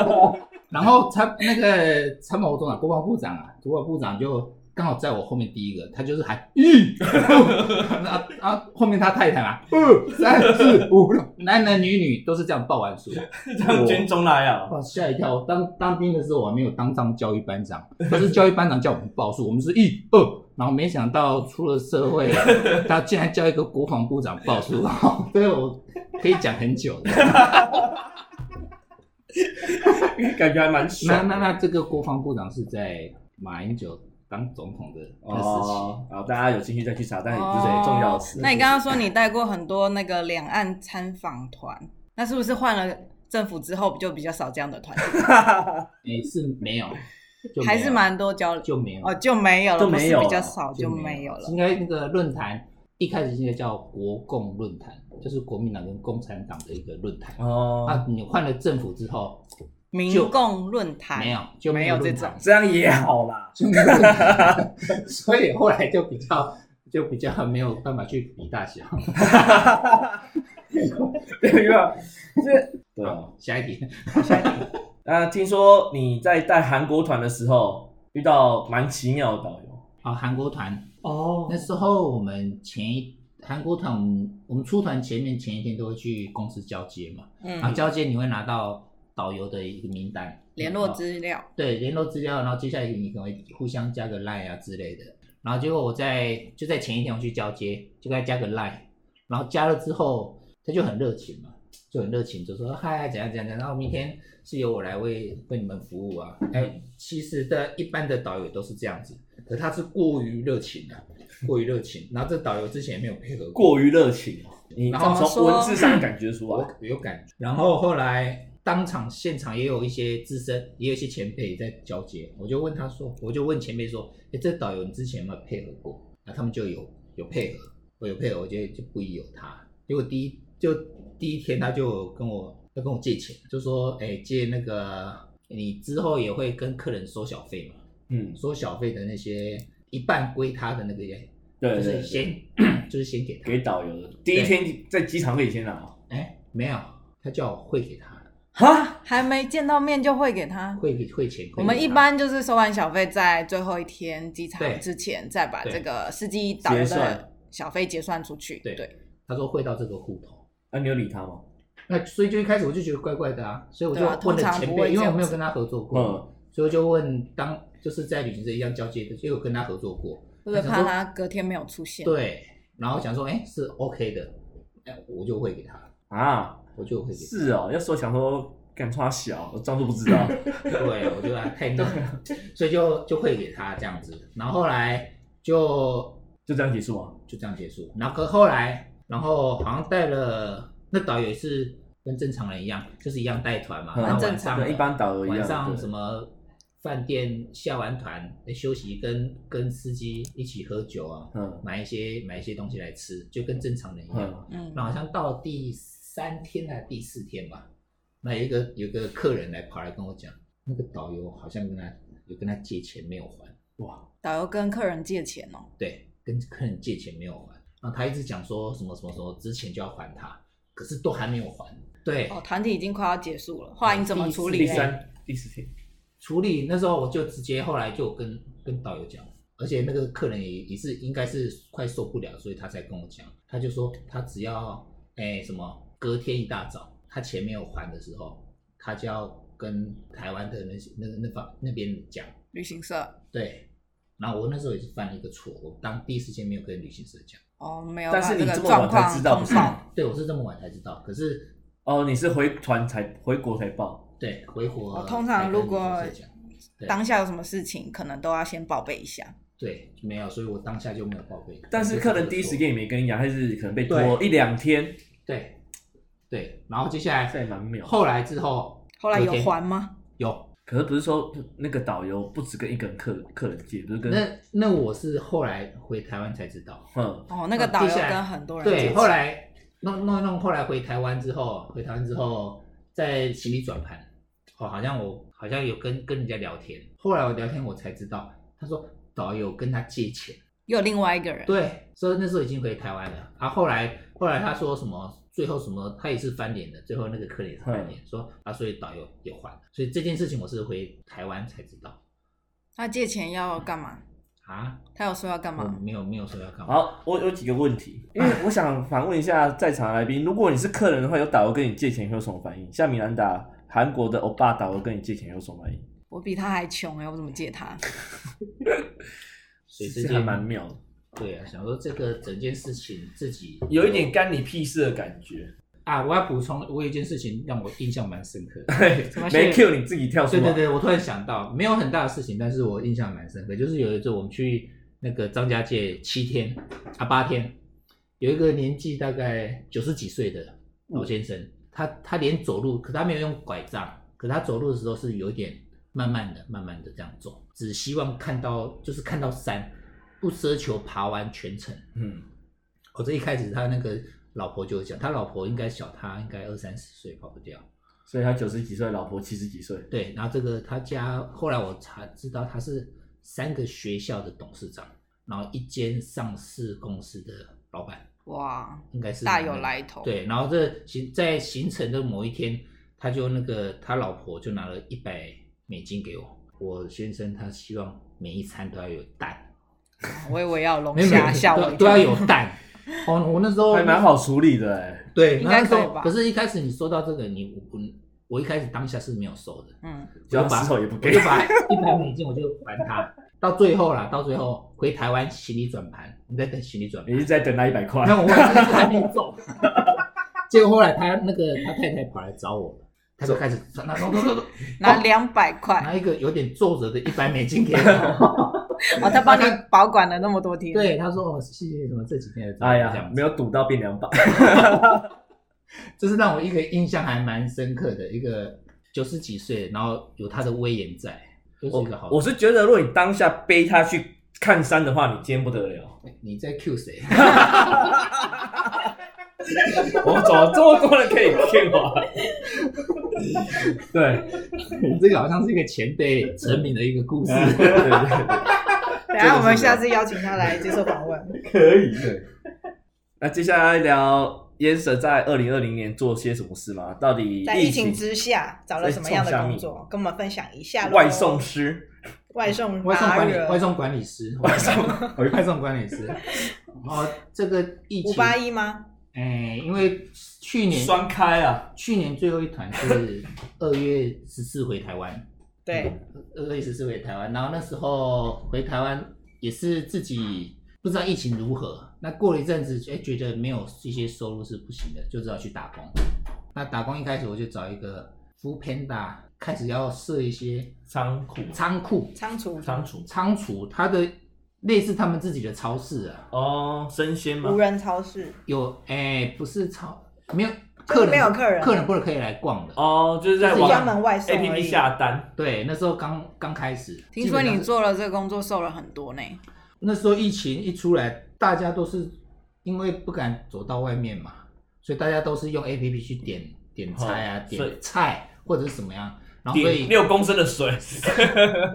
[SPEAKER 4] 然后参那个参谋总长、国防部长啊，国防部长就刚好在我后面第一个，他就是喊一， 啊啊，后面他太太嘛，二三四五六，男男女女都是这样报完数。
[SPEAKER 2] 这样军中来啊，
[SPEAKER 4] 哇，哦吓一跳！当当兵的时候，我还没有当上教育班长，可是教育班长叫我们报数，我们是一二，然后没想到出了社会，他竟然叫一个国防部长报数， 这个我可以讲很久的。
[SPEAKER 2] 感觉还蛮
[SPEAKER 4] 那
[SPEAKER 2] 爽的。
[SPEAKER 4] 那那这个国防部长是在马英九当总统的那时期，
[SPEAKER 2] 哦，然后大家有兴趣再去查，但也不哎是重要的事。
[SPEAKER 3] 哦那你刚刚说你带过很多那个两岸参访团，那是不是换了政府之后就比较少这样的团，
[SPEAKER 4] 也、是没有，就没有
[SPEAKER 3] 还是蛮多交流？
[SPEAKER 4] 就没有
[SPEAKER 3] 哦，就没有了，
[SPEAKER 2] 就没有了
[SPEAKER 3] 不是比较少就没有了。
[SPEAKER 4] 应该那个论坛一开始应该叫国共论坛，就是国民党跟共产党的一个论坛。
[SPEAKER 2] 哦，
[SPEAKER 4] 啊，你换了政府之后，
[SPEAKER 3] 民共论坛
[SPEAKER 4] 没有，就
[SPEAKER 3] 没有这
[SPEAKER 4] 论
[SPEAKER 3] 种
[SPEAKER 4] 坛，
[SPEAKER 2] 这样也好啦。
[SPEAKER 4] 就没有论坛 所以后来就比较就比较没有办法去比大小。
[SPEAKER 2] 对吧？这对啊。
[SPEAKER 4] 好，下一题，
[SPEAKER 2] 那听说你在带韩国团的时候遇到蛮奇妙的导游
[SPEAKER 4] 好，韩国团
[SPEAKER 7] 哦
[SPEAKER 4] 那时候我们前一韩国团，我们我们出团前面前一天都会去公司交接嘛，啊，
[SPEAKER 3] 嗯，
[SPEAKER 4] 交接你会拿到导游的一个名单，
[SPEAKER 3] 联络
[SPEAKER 4] 哦
[SPEAKER 3] 资料，
[SPEAKER 4] 对联络资料，然后接下来你可能会互相加个 line 啊之类的。然后结果我在就在前一天我去交接，就给他加个 line，然后加了之后他就很热情嘛，就很热情，就说嗨怎样怎样怎样，然后明天是由我来为为你们服务啊。哎，其实的一般的导游都是这样子，可他是过于热情的、过于热情。然后这导游之前也没有配合过，
[SPEAKER 2] 过于热情哦，你
[SPEAKER 4] 然后
[SPEAKER 2] 从文字上感觉出
[SPEAKER 4] 我
[SPEAKER 2] 来。
[SPEAKER 4] 有感觉。然后后来当场现场也有一些资深，也有一些前辈在交接，我就问他说，我就问前辈说，哎，这导游你之前有没有配合过？那他们就有有配合，我有配合，我觉得就不宜有他。结果第一就第一天他就跟我要跟我借钱，就说，哎，借那个你之后也会跟客人收小费嘛，
[SPEAKER 2] 嗯，
[SPEAKER 4] 收小费的那些一半归他的那个，
[SPEAKER 2] 对
[SPEAKER 4] 就
[SPEAKER 2] 对
[SPEAKER 4] 是
[SPEAKER 2] 对，
[SPEAKER 4] 先就是先 给他
[SPEAKER 2] 给导游的第一天在机场可以先拿。
[SPEAKER 4] 哎，没有，他叫我汇给他。
[SPEAKER 2] 哈，
[SPEAKER 3] 还没见到面就汇给他。
[SPEAKER 4] 汇给汇钱。汇给
[SPEAKER 3] 我们一
[SPEAKER 4] 他
[SPEAKER 3] 般就是收完小费，在最后一天机场
[SPEAKER 4] 对
[SPEAKER 3] 之前，再把
[SPEAKER 4] 对
[SPEAKER 3] 这个司机导游
[SPEAKER 2] 结算
[SPEAKER 3] 的小费结算出去。
[SPEAKER 4] 对
[SPEAKER 3] 对，
[SPEAKER 4] 他说汇到这个户头，
[SPEAKER 2] 那啊你有理他吗？
[SPEAKER 4] 那所以就一开始我就觉得怪怪的啊，所以我就
[SPEAKER 3] 对啊
[SPEAKER 4] 问
[SPEAKER 3] 通
[SPEAKER 4] 了
[SPEAKER 3] 常
[SPEAKER 4] 前
[SPEAKER 3] 不会
[SPEAKER 4] 辈，因
[SPEAKER 3] 这
[SPEAKER 4] 为
[SPEAKER 3] 样
[SPEAKER 4] 我没有跟他合作过，
[SPEAKER 2] 嗯
[SPEAKER 4] 所以我就问当就是在旅行社一样交接的，所以我跟他合作过，
[SPEAKER 3] 会不会
[SPEAKER 4] 想
[SPEAKER 3] 怕
[SPEAKER 4] 说
[SPEAKER 3] 他隔天没有出现？，
[SPEAKER 4] 对，然后想说哎是 OK 的，哎我就汇给他，
[SPEAKER 2] 啊，
[SPEAKER 4] 我就汇给他，
[SPEAKER 2] 是哦，要是我想说干他小，我装作不知 道。
[SPEAKER 4] 对我觉得太嫩 了，所以就就汇给他这样子，然后后来就
[SPEAKER 2] 就这样结束吗？
[SPEAKER 4] 就这样结束。然后可后来，然后好像带了那导游也是跟正常人一样，就是一样带团嘛，
[SPEAKER 2] 嗯
[SPEAKER 4] 然后晚
[SPEAKER 2] 对
[SPEAKER 4] 上
[SPEAKER 2] 一般导游一样
[SPEAKER 4] 晚上
[SPEAKER 2] 对
[SPEAKER 4] 什么饭店下完团哎休息跟，跟司机一起喝酒啊，
[SPEAKER 2] 嗯
[SPEAKER 4] 买一些买一些东西来吃，就跟正常人一样。
[SPEAKER 2] 嗯，
[SPEAKER 3] 嗯
[SPEAKER 4] 那、，好像到第三天还是第四天吧，那有一个有一个客人来跑来跟我讲，那个导游好像跟他有跟他借钱没有还。
[SPEAKER 3] 导游跟客人借钱哦，
[SPEAKER 4] 对，跟客人借钱没有还，然后他一直讲说什么什么什么之前就要还他，可是都还没有还。对，
[SPEAKER 3] 哦，团体已经快要结束了，后来你怎么处理
[SPEAKER 2] 第
[SPEAKER 3] 嘞？
[SPEAKER 2] 三、第四天，
[SPEAKER 4] 处理那时候我就直接后来就跟跟导游讲，而且那个客人也也是应该是快受不了，所以他才跟我讲，他就说他只要哎什么隔天一大早他钱没有还的时候，他就要跟台湾的那些那个那方那边讲，
[SPEAKER 3] 旅行社
[SPEAKER 4] 对，然后我那时候也是犯了一个错，我当第一时间没有跟旅行社讲，
[SPEAKER 3] 哦，没有把
[SPEAKER 2] 但是
[SPEAKER 3] 这
[SPEAKER 2] 你
[SPEAKER 3] 个
[SPEAKER 2] 这么
[SPEAKER 3] 状
[SPEAKER 2] 晚
[SPEAKER 3] 况
[SPEAKER 2] 才知道，不
[SPEAKER 3] 通
[SPEAKER 2] 是
[SPEAKER 3] 报
[SPEAKER 2] 吗？
[SPEAKER 4] 对我是这么晚才知道，可是
[SPEAKER 2] 哦，你是回团才回国才报，
[SPEAKER 4] 对回国
[SPEAKER 3] 我哦通常
[SPEAKER 4] 才跟
[SPEAKER 3] 如果
[SPEAKER 4] 旅行社讲对
[SPEAKER 3] 当下有什么事情，可能都要先报备一下。
[SPEAKER 4] 对没有，所以我当下就没有报备，
[SPEAKER 2] 但是
[SPEAKER 4] 我就
[SPEAKER 2] 客
[SPEAKER 4] 直接
[SPEAKER 2] 人第一
[SPEAKER 4] 说
[SPEAKER 2] 时间也没跟你讲，还是可能被拖
[SPEAKER 4] 对
[SPEAKER 2] 一两天，
[SPEAKER 4] 对对，然后接下
[SPEAKER 2] 这也
[SPEAKER 4] 来
[SPEAKER 2] 蛮妙。
[SPEAKER 4] 后来之后
[SPEAKER 3] 后来有
[SPEAKER 4] 天
[SPEAKER 3] 还吗？
[SPEAKER 4] 有
[SPEAKER 2] 可是不是说那个导游不止跟一个人客客人借，不是跟
[SPEAKER 4] 那那我是后来回台湾才知道，
[SPEAKER 2] 嗯
[SPEAKER 3] 哦，那个
[SPEAKER 4] 那
[SPEAKER 3] 导
[SPEAKER 4] 啊接
[SPEAKER 3] 游
[SPEAKER 4] 下来
[SPEAKER 3] 跟很多人接
[SPEAKER 4] 对，
[SPEAKER 3] 触
[SPEAKER 4] 后来弄弄一弄，后来回台湾之后，回台湾之后在行李转盘，哦，好像我好像有跟跟人家聊天，后来我聊天我才知道，他说导游跟他借钱，
[SPEAKER 3] 又有另外一个人，
[SPEAKER 4] 对，所以那时候已经回台湾了，啊，后来后来他说什么？最后什么，他也是翻脸的。最后那个客人也是翻
[SPEAKER 2] 嗯
[SPEAKER 4] 脸，说啊，所以导游也还了。所以这件事情我是回台湾才知道
[SPEAKER 3] 他借钱要干嘛？
[SPEAKER 4] 啊，
[SPEAKER 3] 他有说要干
[SPEAKER 4] 我
[SPEAKER 3] 嘛？
[SPEAKER 4] 没有没有说要干嘛。
[SPEAKER 2] 好，我有几个问题，因为我想反问一下在场的来宾，如果你是客人的话，有导游跟你借钱会有什么反应？像米兰达，韩国的欧巴导游跟你借钱有什么反应？
[SPEAKER 3] 我比他还穷哎，我怎么借他？
[SPEAKER 4] 所以
[SPEAKER 2] 其
[SPEAKER 4] 这
[SPEAKER 2] 实
[SPEAKER 4] 件
[SPEAKER 2] 还蛮妙的，
[SPEAKER 4] 对啊，想说这个整件事情自己
[SPEAKER 2] 有一点干你屁事的感觉。
[SPEAKER 4] 啊，我要补充，我有一件事情让我印象蛮深刻的。
[SPEAKER 3] 么事
[SPEAKER 2] 没 Q 你自己跳出
[SPEAKER 4] 对
[SPEAKER 2] 来。
[SPEAKER 4] 对对，我突然想到，没有很大的事情，但是我印象蛮深刻，就是有一次我们去那个张家界七天啊八天，有一个年纪大概九十几岁的老先生，他他连走路，可他没有用拐杖，可他走路的时候是有一点慢慢的、慢慢的这样走，只希望看到就是看到山，不奢求爬完全程。
[SPEAKER 2] 嗯，
[SPEAKER 4] 我、这一开始他那个老婆就有讲，他老婆应该小他应该二三十岁，跑不掉。
[SPEAKER 2] 所以他九十几岁，老婆七十几岁，
[SPEAKER 4] 对，然后这个他家后来我查知道他是三个学校的董事长，然后一间上市公司的老板，
[SPEAKER 3] 哇，
[SPEAKER 4] 应该是
[SPEAKER 3] 大
[SPEAKER 4] 那
[SPEAKER 3] 有
[SPEAKER 4] 个
[SPEAKER 3] 来头。，
[SPEAKER 4] 对，然后这行在行程的某一天，他就那个他老婆就拿了一百美金给我，我先生他希望每一餐都要有蛋，
[SPEAKER 3] 我以为要有龙
[SPEAKER 4] 没有没
[SPEAKER 3] 虾，吓
[SPEAKER 4] 有
[SPEAKER 3] 我
[SPEAKER 4] 都
[SPEAKER 3] 一
[SPEAKER 4] 都要
[SPEAKER 3] 跳。
[SPEAKER 4] 啊有蛋。哦，我那时候
[SPEAKER 2] 还蛮好处理的哎。
[SPEAKER 4] 对，
[SPEAKER 3] 应该
[SPEAKER 4] 那时候
[SPEAKER 3] 可以吧
[SPEAKER 4] 可是，一开始你收到这个，你我我我一开始当下是没有收的，
[SPEAKER 3] 嗯，
[SPEAKER 2] 就他石头也不
[SPEAKER 4] 我
[SPEAKER 2] 给
[SPEAKER 4] 就，把一百美金我就还他。到最后啦，到最后回台湾行李转盘，我们在等行李转
[SPEAKER 2] 你一
[SPEAKER 4] 盘，
[SPEAKER 2] 直在等他一百块。
[SPEAKER 4] 那我还没走。 结果后来他那个他太太跑来找我了，他就开始拿走走走走，
[SPEAKER 3] 拿两百块，
[SPEAKER 4] 哦拿一个有点皱褶的一百美金给 我。
[SPEAKER 3] 哦，他帮你保管了那么多天。，
[SPEAKER 4] 对，他说哦，谢谢什么这几天的照顾
[SPEAKER 2] 哎
[SPEAKER 4] 这
[SPEAKER 2] 呀
[SPEAKER 4] 样，子
[SPEAKER 2] 没有赌到变 两百。
[SPEAKER 4] 这是让我一个印象还蛮深刻的一个九十几岁，然后有他的威严在，就是一个好。
[SPEAKER 2] 我是觉得，如果你当下背他去看山的话，你今天不得 了。
[SPEAKER 4] 你在 Q 谁？
[SPEAKER 2] 我怎么这么多人可以骗我？ 对，
[SPEAKER 4] 你 这个好像是一个前辈成名的一个故事。
[SPEAKER 2] 对对对，
[SPEAKER 3] 等一下我们下次邀请他来接受访 问。
[SPEAKER 2] 可以。那接下来聊 Yan s 在二零二零年做些什么事吗？到底
[SPEAKER 3] 在疫情之下找了什么样的
[SPEAKER 2] 在冲
[SPEAKER 3] 工作，跟我们分享一下咯。
[SPEAKER 2] 外送师，
[SPEAKER 3] 外送
[SPEAKER 4] 外送
[SPEAKER 3] 达
[SPEAKER 4] 管理，
[SPEAKER 3] 人
[SPEAKER 4] 外送管理师，
[SPEAKER 2] 外送，
[SPEAKER 4] 外送管理师。哦，这个疫
[SPEAKER 3] 五
[SPEAKER 4] 情，
[SPEAKER 3] 八一吗？
[SPEAKER 4] 哎，因为去年
[SPEAKER 2] 双开啊，
[SPEAKER 4] 去年最后一团是二月十四回台湾，
[SPEAKER 3] 对，
[SPEAKER 4] 嗯二月十四回台湾，然后那时候回台湾也是自己不知道疫情如何，那过了一阵子，哎，觉得没有一些收入是不行的，就知道去打工。那打工一开始我就找一个 Food Panda，开始要设一些
[SPEAKER 2] 仓库
[SPEAKER 4] 仓库，
[SPEAKER 3] 仓储
[SPEAKER 2] 仓储
[SPEAKER 4] 仓储，它的类似他们自己的超市啊，
[SPEAKER 2] 哦，生鲜吗
[SPEAKER 3] 无？人超市，
[SPEAKER 4] 有哎、不是超没有
[SPEAKER 3] 就是
[SPEAKER 4] 客人
[SPEAKER 3] 没有客人
[SPEAKER 4] 客人不能可以来逛的。
[SPEAKER 2] 哦，就是在
[SPEAKER 3] 是
[SPEAKER 2] 网
[SPEAKER 3] 专门外送
[SPEAKER 2] A
[SPEAKER 3] 而
[SPEAKER 2] P P
[SPEAKER 3] 已。
[SPEAKER 2] 下单，
[SPEAKER 4] 对，那时候刚刚开始，
[SPEAKER 3] 听说
[SPEAKER 4] 基本
[SPEAKER 3] 你
[SPEAKER 4] 上是
[SPEAKER 3] 做了这个工作瘦了很多呢，
[SPEAKER 4] 那时候疫情一出来，大家都是因为不敢走到外面嘛，所以大家都是用 A P P 去点点菜
[SPEAKER 2] 哦
[SPEAKER 4] 啊，
[SPEAKER 2] 所以
[SPEAKER 4] 点菜或者是怎么样，然后所
[SPEAKER 2] 点
[SPEAKER 4] 以
[SPEAKER 2] 六公升的 水，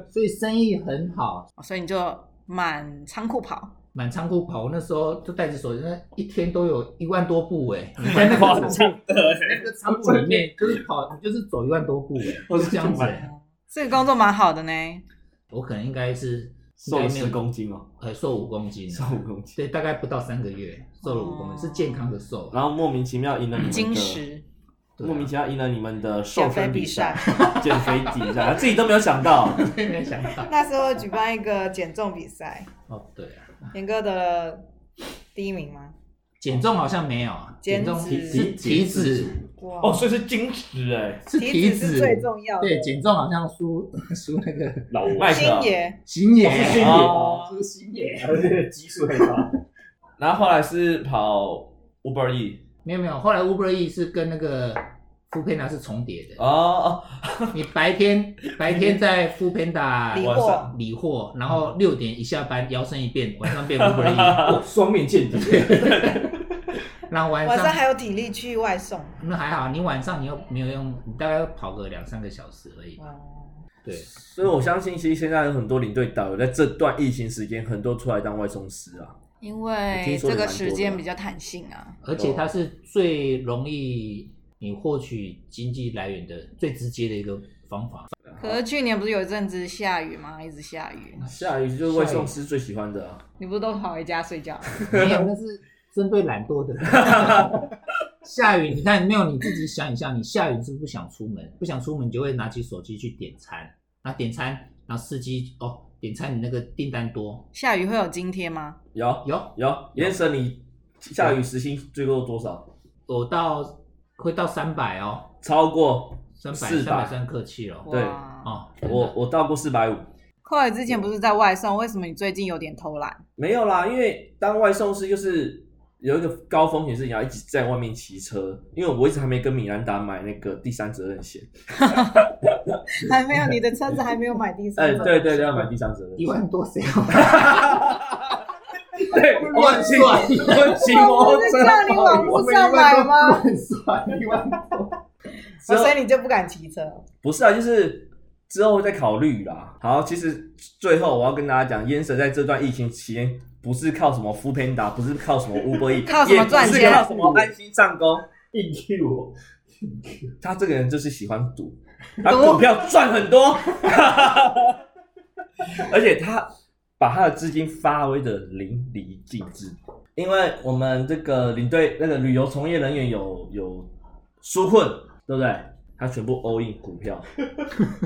[SPEAKER 4] 所以生意很好，
[SPEAKER 3] 所以你就满仓库跑。
[SPEAKER 4] 满仓库跑。我那时候就带着手机，那一天都有一万多步哎、你 在那个仓库那个仓库里面就是跑，你就是走一万多步哎、
[SPEAKER 2] 哦
[SPEAKER 4] 就是这样子、哎
[SPEAKER 3] 这个工作蛮好的呢，
[SPEAKER 4] 我可能应该是
[SPEAKER 2] 瘦了
[SPEAKER 4] 应该没有
[SPEAKER 2] 十公斤哦，
[SPEAKER 4] 呃，瘦五公斤，
[SPEAKER 2] 瘦五公斤。
[SPEAKER 4] 对，大概不到三个月，瘦了五公
[SPEAKER 3] 哦
[SPEAKER 4] 斤，是健康的瘦。啊
[SPEAKER 2] 嗯然后莫名其妙赢了你们一个
[SPEAKER 3] 金石
[SPEAKER 4] 对啊
[SPEAKER 2] 莫名其妙赢了你们的瘦
[SPEAKER 3] 减肥
[SPEAKER 2] 身
[SPEAKER 3] 比
[SPEAKER 2] 比
[SPEAKER 3] 赛
[SPEAKER 2] 赛、减肥比赛， 自己都没有想到。
[SPEAKER 4] 没想到。
[SPEAKER 3] 那时候举办一个减重比赛，
[SPEAKER 4] 哦，对啊，
[SPEAKER 3] 严哥的第一名吗？
[SPEAKER 4] 减重好像没有啊，
[SPEAKER 3] 减
[SPEAKER 4] 减重
[SPEAKER 3] 脂
[SPEAKER 4] 是体脂，
[SPEAKER 3] 哇
[SPEAKER 2] 哦，所以是金石哎，
[SPEAKER 4] 是
[SPEAKER 3] 体
[SPEAKER 4] 体
[SPEAKER 3] 脂
[SPEAKER 4] 脂
[SPEAKER 3] 是最重要的。
[SPEAKER 4] 对，减重好像输 输那个
[SPEAKER 7] 老
[SPEAKER 2] 麦克
[SPEAKER 3] 星
[SPEAKER 2] 哦。
[SPEAKER 3] 爷
[SPEAKER 4] 星爷，
[SPEAKER 7] 星爷
[SPEAKER 2] 哦
[SPEAKER 4] 输星爷。
[SPEAKER 7] 基数很高，
[SPEAKER 2] 然后后来是跑 Uber E
[SPEAKER 4] 没有没有，后来 Uber E 是跟那个 f o o p a n d a 是重叠的。
[SPEAKER 2] 哦，
[SPEAKER 4] 你白天白天在 f o o p a n d
[SPEAKER 3] 理
[SPEAKER 4] a
[SPEAKER 2] 晚
[SPEAKER 3] 货
[SPEAKER 2] 上
[SPEAKER 4] 理货，然后六点一下班摇身一变，晚上变 Uber E，
[SPEAKER 7] 哦双面间谍，
[SPEAKER 4] 然后晚
[SPEAKER 3] 晚上
[SPEAKER 4] 上
[SPEAKER 3] 还有体力去外送。
[SPEAKER 4] 那还好，你晚上你又没有用，你大概跑个两三个小时而已。
[SPEAKER 3] 哦，
[SPEAKER 4] 对，
[SPEAKER 2] 所以我相信，其实现在有很多领队导游在这段疫情时间，很多出来当外送师啊。
[SPEAKER 9] 因为这个时间比较弹性啊。
[SPEAKER 4] 而且它是最容易你获取经济来源的最直接的一个方法。
[SPEAKER 9] 可是去年不是有一阵子下雨吗？一直下雨，
[SPEAKER 2] 下雨就是外送师最喜欢的、啊。
[SPEAKER 9] 你不是都跑回家睡觉？
[SPEAKER 4] 没有，那是针对懒惰的人。下雨，你看没有？你自己想一下，你下雨是不是不想出门？不想出门，你就会拿起手机去点餐。那点餐，然后司机哦，点餐你那个订单多
[SPEAKER 9] 下雨会有津贴吗？
[SPEAKER 2] 有
[SPEAKER 4] 有，
[SPEAKER 2] 有，延神你下雨时薪最多多少？
[SPEAKER 4] 我到会到三百哦，
[SPEAKER 2] 超过
[SPEAKER 4] 三百
[SPEAKER 2] 400
[SPEAKER 4] 三百算客气了
[SPEAKER 2] 对
[SPEAKER 9] 哇！
[SPEAKER 4] 哦。
[SPEAKER 2] 我我到过四百五，
[SPEAKER 9] 寇尔之前不是在外送，为什么你最近有点偷懒？
[SPEAKER 2] 没有啦，因为当外送师就是有一个高风险是你要一直在外面骑车，因为我一直还没跟米兰达买那个第三责任险。
[SPEAKER 3] 还没有，你的车子还没有买第
[SPEAKER 2] 哎、
[SPEAKER 3] 三种。
[SPEAKER 2] 对对对，要买第三责任
[SPEAKER 4] 一
[SPEAKER 2] 险。
[SPEAKER 4] 万多谁要？
[SPEAKER 2] 对，我骑我骑摩
[SPEAKER 3] 我
[SPEAKER 2] 托
[SPEAKER 3] 不是
[SPEAKER 2] 车，
[SPEAKER 3] 叫你网络上买吗？
[SPEAKER 4] 很帅，一万
[SPEAKER 2] 之后
[SPEAKER 3] 所以你就不敢骑车。
[SPEAKER 2] 不是啊，就是之后再考虑啦。好，其实最后我要跟大家讲，烟神在这段疫情期间不是靠什么 f o o p a n d a 不是靠什么 Uber E，
[SPEAKER 9] 靠什么赚钱
[SPEAKER 2] 也不是靠什么安心上工。
[SPEAKER 7] 硬 Q 我，
[SPEAKER 2] 他这个人就是喜欢 赌，他股票赚很多， 而且他把他的资金发挥的淋漓尽致。因为我们这个领队那个旅游从业人员有有纾困，对不对？他全部 all in 股票，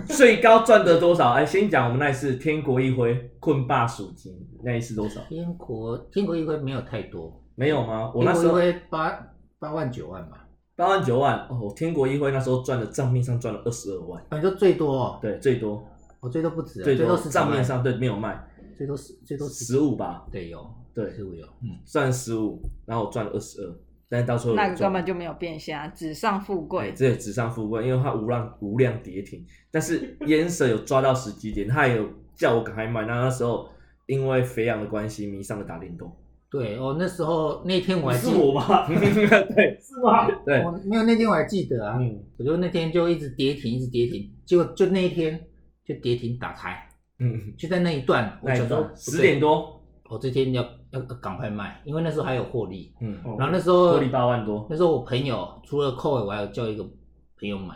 [SPEAKER 2] 最高赚得多少？哎，先讲我们那一次天国一辉困霸赎金那一次多少？
[SPEAKER 4] 天国天国一辉没有太多，
[SPEAKER 2] 没有吗？我那时
[SPEAKER 4] 天
[SPEAKER 2] 候
[SPEAKER 4] 国一辉八八万九万吧，
[SPEAKER 2] 八万九万哦，天国一辉那时候赚的账面上赚了二十二万，
[SPEAKER 4] 反正最多哦，
[SPEAKER 2] 对，最多。
[SPEAKER 4] 我最多不止啊，
[SPEAKER 2] 最
[SPEAKER 4] 多
[SPEAKER 2] 多
[SPEAKER 4] 是
[SPEAKER 2] 账面上对没有卖
[SPEAKER 4] 最多十最多十
[SPEAKER 2] 十五吧，
[SPEAKER 4] 对有
[SPEAKER 2] 对
[SPEAKER 4] 十五有，嗯，
[SPEAKER 2] 赚十五，然后我赚了二十二，但是到时候
[SPEAKER 9] 那个根本就没有变瞎，纸上富贵。
[SPEAKER 2] 这也纸上富贵，因为它无量无量跌停，但是烟蛇有抓到时机点，他也有叫我赶快买，那那时候因为肥羊的关系迷上了打电动，
[SPEAKER 4] 对哦，那时候那天我还记
[SPEAKER 7] 是我 吗？
[SPEAKER 2] 对
[SPEAKER 7] 是吗？
[SPEAKER 2] 对
[SPEAKER 4] 我，没有那天我还记得啊，
[SPEAKER 2] 嗯
[SPEAKER 4] 我就那天就一直跌停，一直跌停，结果就那一天就跌停打开，
[SPEAKER 2] 嗯，哎
[SPEAKER 4] 就在那一段，我
[SPEAKER 2] 那
[SPEAKER 4] 想
[SPEAKER 2] 一
[SPEAKER 4] 说
[SPEAKER 2] 段十点，多，
[SPEAKER 4] 不哦对我这天要要要赶快卖，因为那时候还有获利，
[SPEAKER 2] 嗯，
[SPEAKER 4] 然后那时
[SPEAKER 2] 获
[SPEAKER 4] 候
[SPEAKER 2] 利八万多，
[SPEAKER 4] 那时候我朋友除了扣尾，我还有叫一个朋友买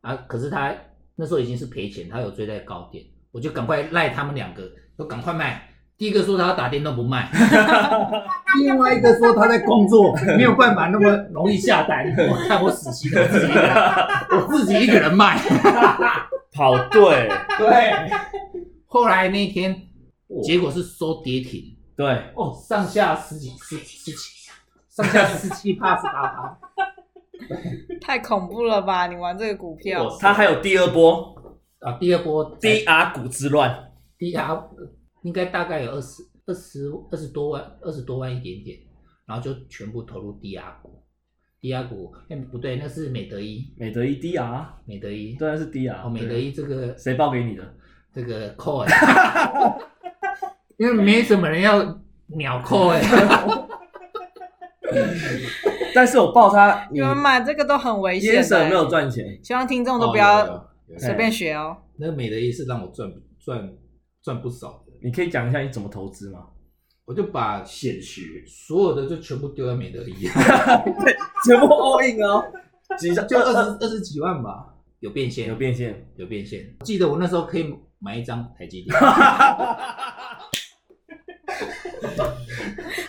[SPEAKER 4] 啊，可是他那时候已经是赔钱，他有追在高点，我就赶快赖他们两个，都赶快卖。第一个说他要打电动不卖， 另外一个说他在工作， 没有办法那么容易下单。我看我死心了，我自己一个 人我自己一个人 卖。
[SPEAKER 2] 跑 对
[SPEAKER 7] 对，
[SPEAKER 4] 后来那一天结果是收跌停，
[SPEAKER 2] 对，
[SPEAKER 4] 哦，上下十几十十七，上下十七趴十八趴。
[SPEAKER 9] 太恐怖了吧！你玩这个股票，
[SPEAKER 2] 他还有第二波
[SPEAKER 4] 啊，第二波才
[SPEAKER 2] DR 股之乱，
[SPEAKER 4] 低压应该大概有二十二十二十多万，二十多万一点点，然后就全部投入低压股。低压股，哎、不对，那是美德一，
[SPEAKER 2] 美德一 DR，
[SPEAKER 4] 美德一，
[SPEAKER 2] 当然啊是 DR，
[SPEAKER 4] 哦，美德一这个
[SPEAKER 2] 谁报给你的？
[SPEAKER 4] 这个 call，、欸、 因为没什么人要鸟 call 哎、
[SPEAKER 2] 但是我报他，你
[SPEAKER 9] 你们买这个都很危险
[SPEAKER 2] 烟
[SPEAKER 9] 的。欸
[SPEAKER 2] 神没有赚钱，哎
[SPEAKER 9] 希望听众都不
[SPEAKER 4] 哦有有
[SPEAKER 9] 要
[SPEAKER 4] 有
[SPEAKER 9] 随便学哦。
[SPEAKER 4] 那个美德一是让我赚赚赚不少的，
[SPEAKER 2] 你可以讲一下你怎么投资吗？
[SPEAKER 4] 我就把
[SPEAKER 7] 现学，
[SPEAKER 4] 所有的就全部丢在美德一，啊
[SPEAKER 2] 全部 all in 哦，几张
[SPEAKER 4] 就二十二十几万吧，有变现，
[SPEAKER 2] 有变现，
[SPEAKER 4] 有变现。记得我那时候可以买一张台积电。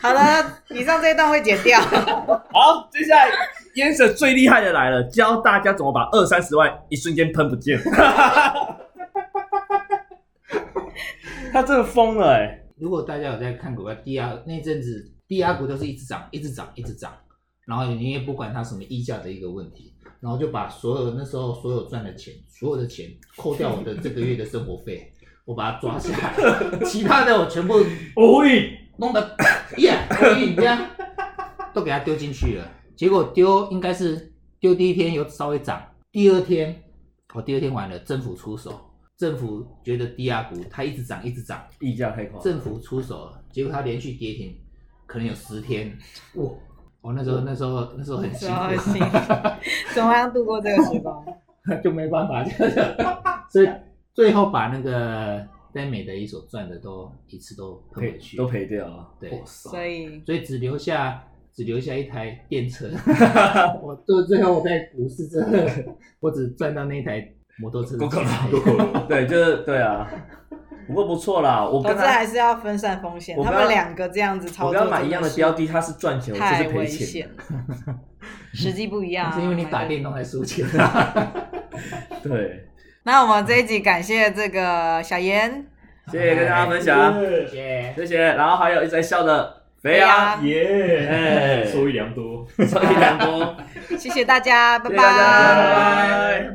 [SPEAKER 9] 好了，以上这一段会剪掉。
[SPEAKER 2] 好，接下来烟神最厉害的来了，教大家怎么把二三十万一瞬间喷不见。 他真的疯了哎、
[SPEAKER 4] 如果大家有在看股票，低压那阵子低压股都是一直涨，一直涨，一直涨，然后你也不管它什么溢价的一个问题，然后就把所有那时候所有赚的钱，所有的钱扣掉我的这个月的生活费，我把它抓起来，其他的我全部
[SPEAKER 2] 无语。
[SPEAKER 4] 弄得 呀，可以这样都给它丢进去了。结果丢应该是丢第一天有稍微涨，第二天哦，第二天完了，政府出手，政府觉得低压股它一直涨一直涨，
[SPEAKER 2] 溢价太夸张，
[SPEAKER 4] 政府出手了，结果它连续跌停，可能有十天。哇！我、那时候那时候那时候 很辛
[SPEAKER 9] 那时候很辛
[SPEAKER 4] 苦，
[SPEAKER 9] 怎么样度过这个时 光？
[SPEAKER 4] 就没办法， 就是所以最后把那个在美的一所赚的都一次都喷回
[SPEAKER 2] 赔
[SPEAKER 4] 去，
[SPEAKER 2] 都赔掉了。
[SPEAKER 4] 对。
[SPEAKER 9] 所以
[SPEAKER 4] 所以只留下只留下一台电车。我最最后我在股市真的，我只赚到那台摩托车的钱而 已。
[SPEAKER 2] 对，就是对啊，不过不错啦。我
[SPEAKER 9] 投
[SPEAKER 2] 跟
[SPEAKER 9] 资
[SPEAKER 2] 他
[SPEAKER 9] 还是要分散风险。
[SPEAKER 2] 我
[SPEAKER 9] 他
[SPEAKER 2] 跟他
[SPEAKER 9] 们两个这样子操
[SPEAKER 2] 我
[SPEAKER 9] 作，
[SPEAKER 2] 跟他买一样的标的，他是赚钱，我就
[SPEAKER 9] 太
[SPEAKER 2] 是
[SPEAKER 9] 危
[SPEAKER 2] 赔钱。
[SPEAKER 9] 险了， 时机不一样、啊。
[SPEAKER 4] 是因为你
[SPEAKER 9] 买
[SPEAKER 4] 打
[SPEAKER 9] 个
[SPEAKER 4] 电动还输钱。
[SPEAKER 2] 对，
[SPEAKER 9] 那我们这一集感谢这个小严，
[SPEAKER 2] 谢谢跟大家分享，
[SPEAKER 4] 耶
[SPEAKER 2] 谢谢。然后还有一直在笑的肥羊，
[SPEAKER 7] 耶
[SPEAKER 2] 哎
[SPEAKER 7] 收益良多。
[SPEAKER 2] 所以良多，
[SPEAKER 9] 谢谢大家，拜
[SPEAKER 2] 谢谢大家，
[SPEAKER 9] 拜
[SPEAKER 2] 拜拜。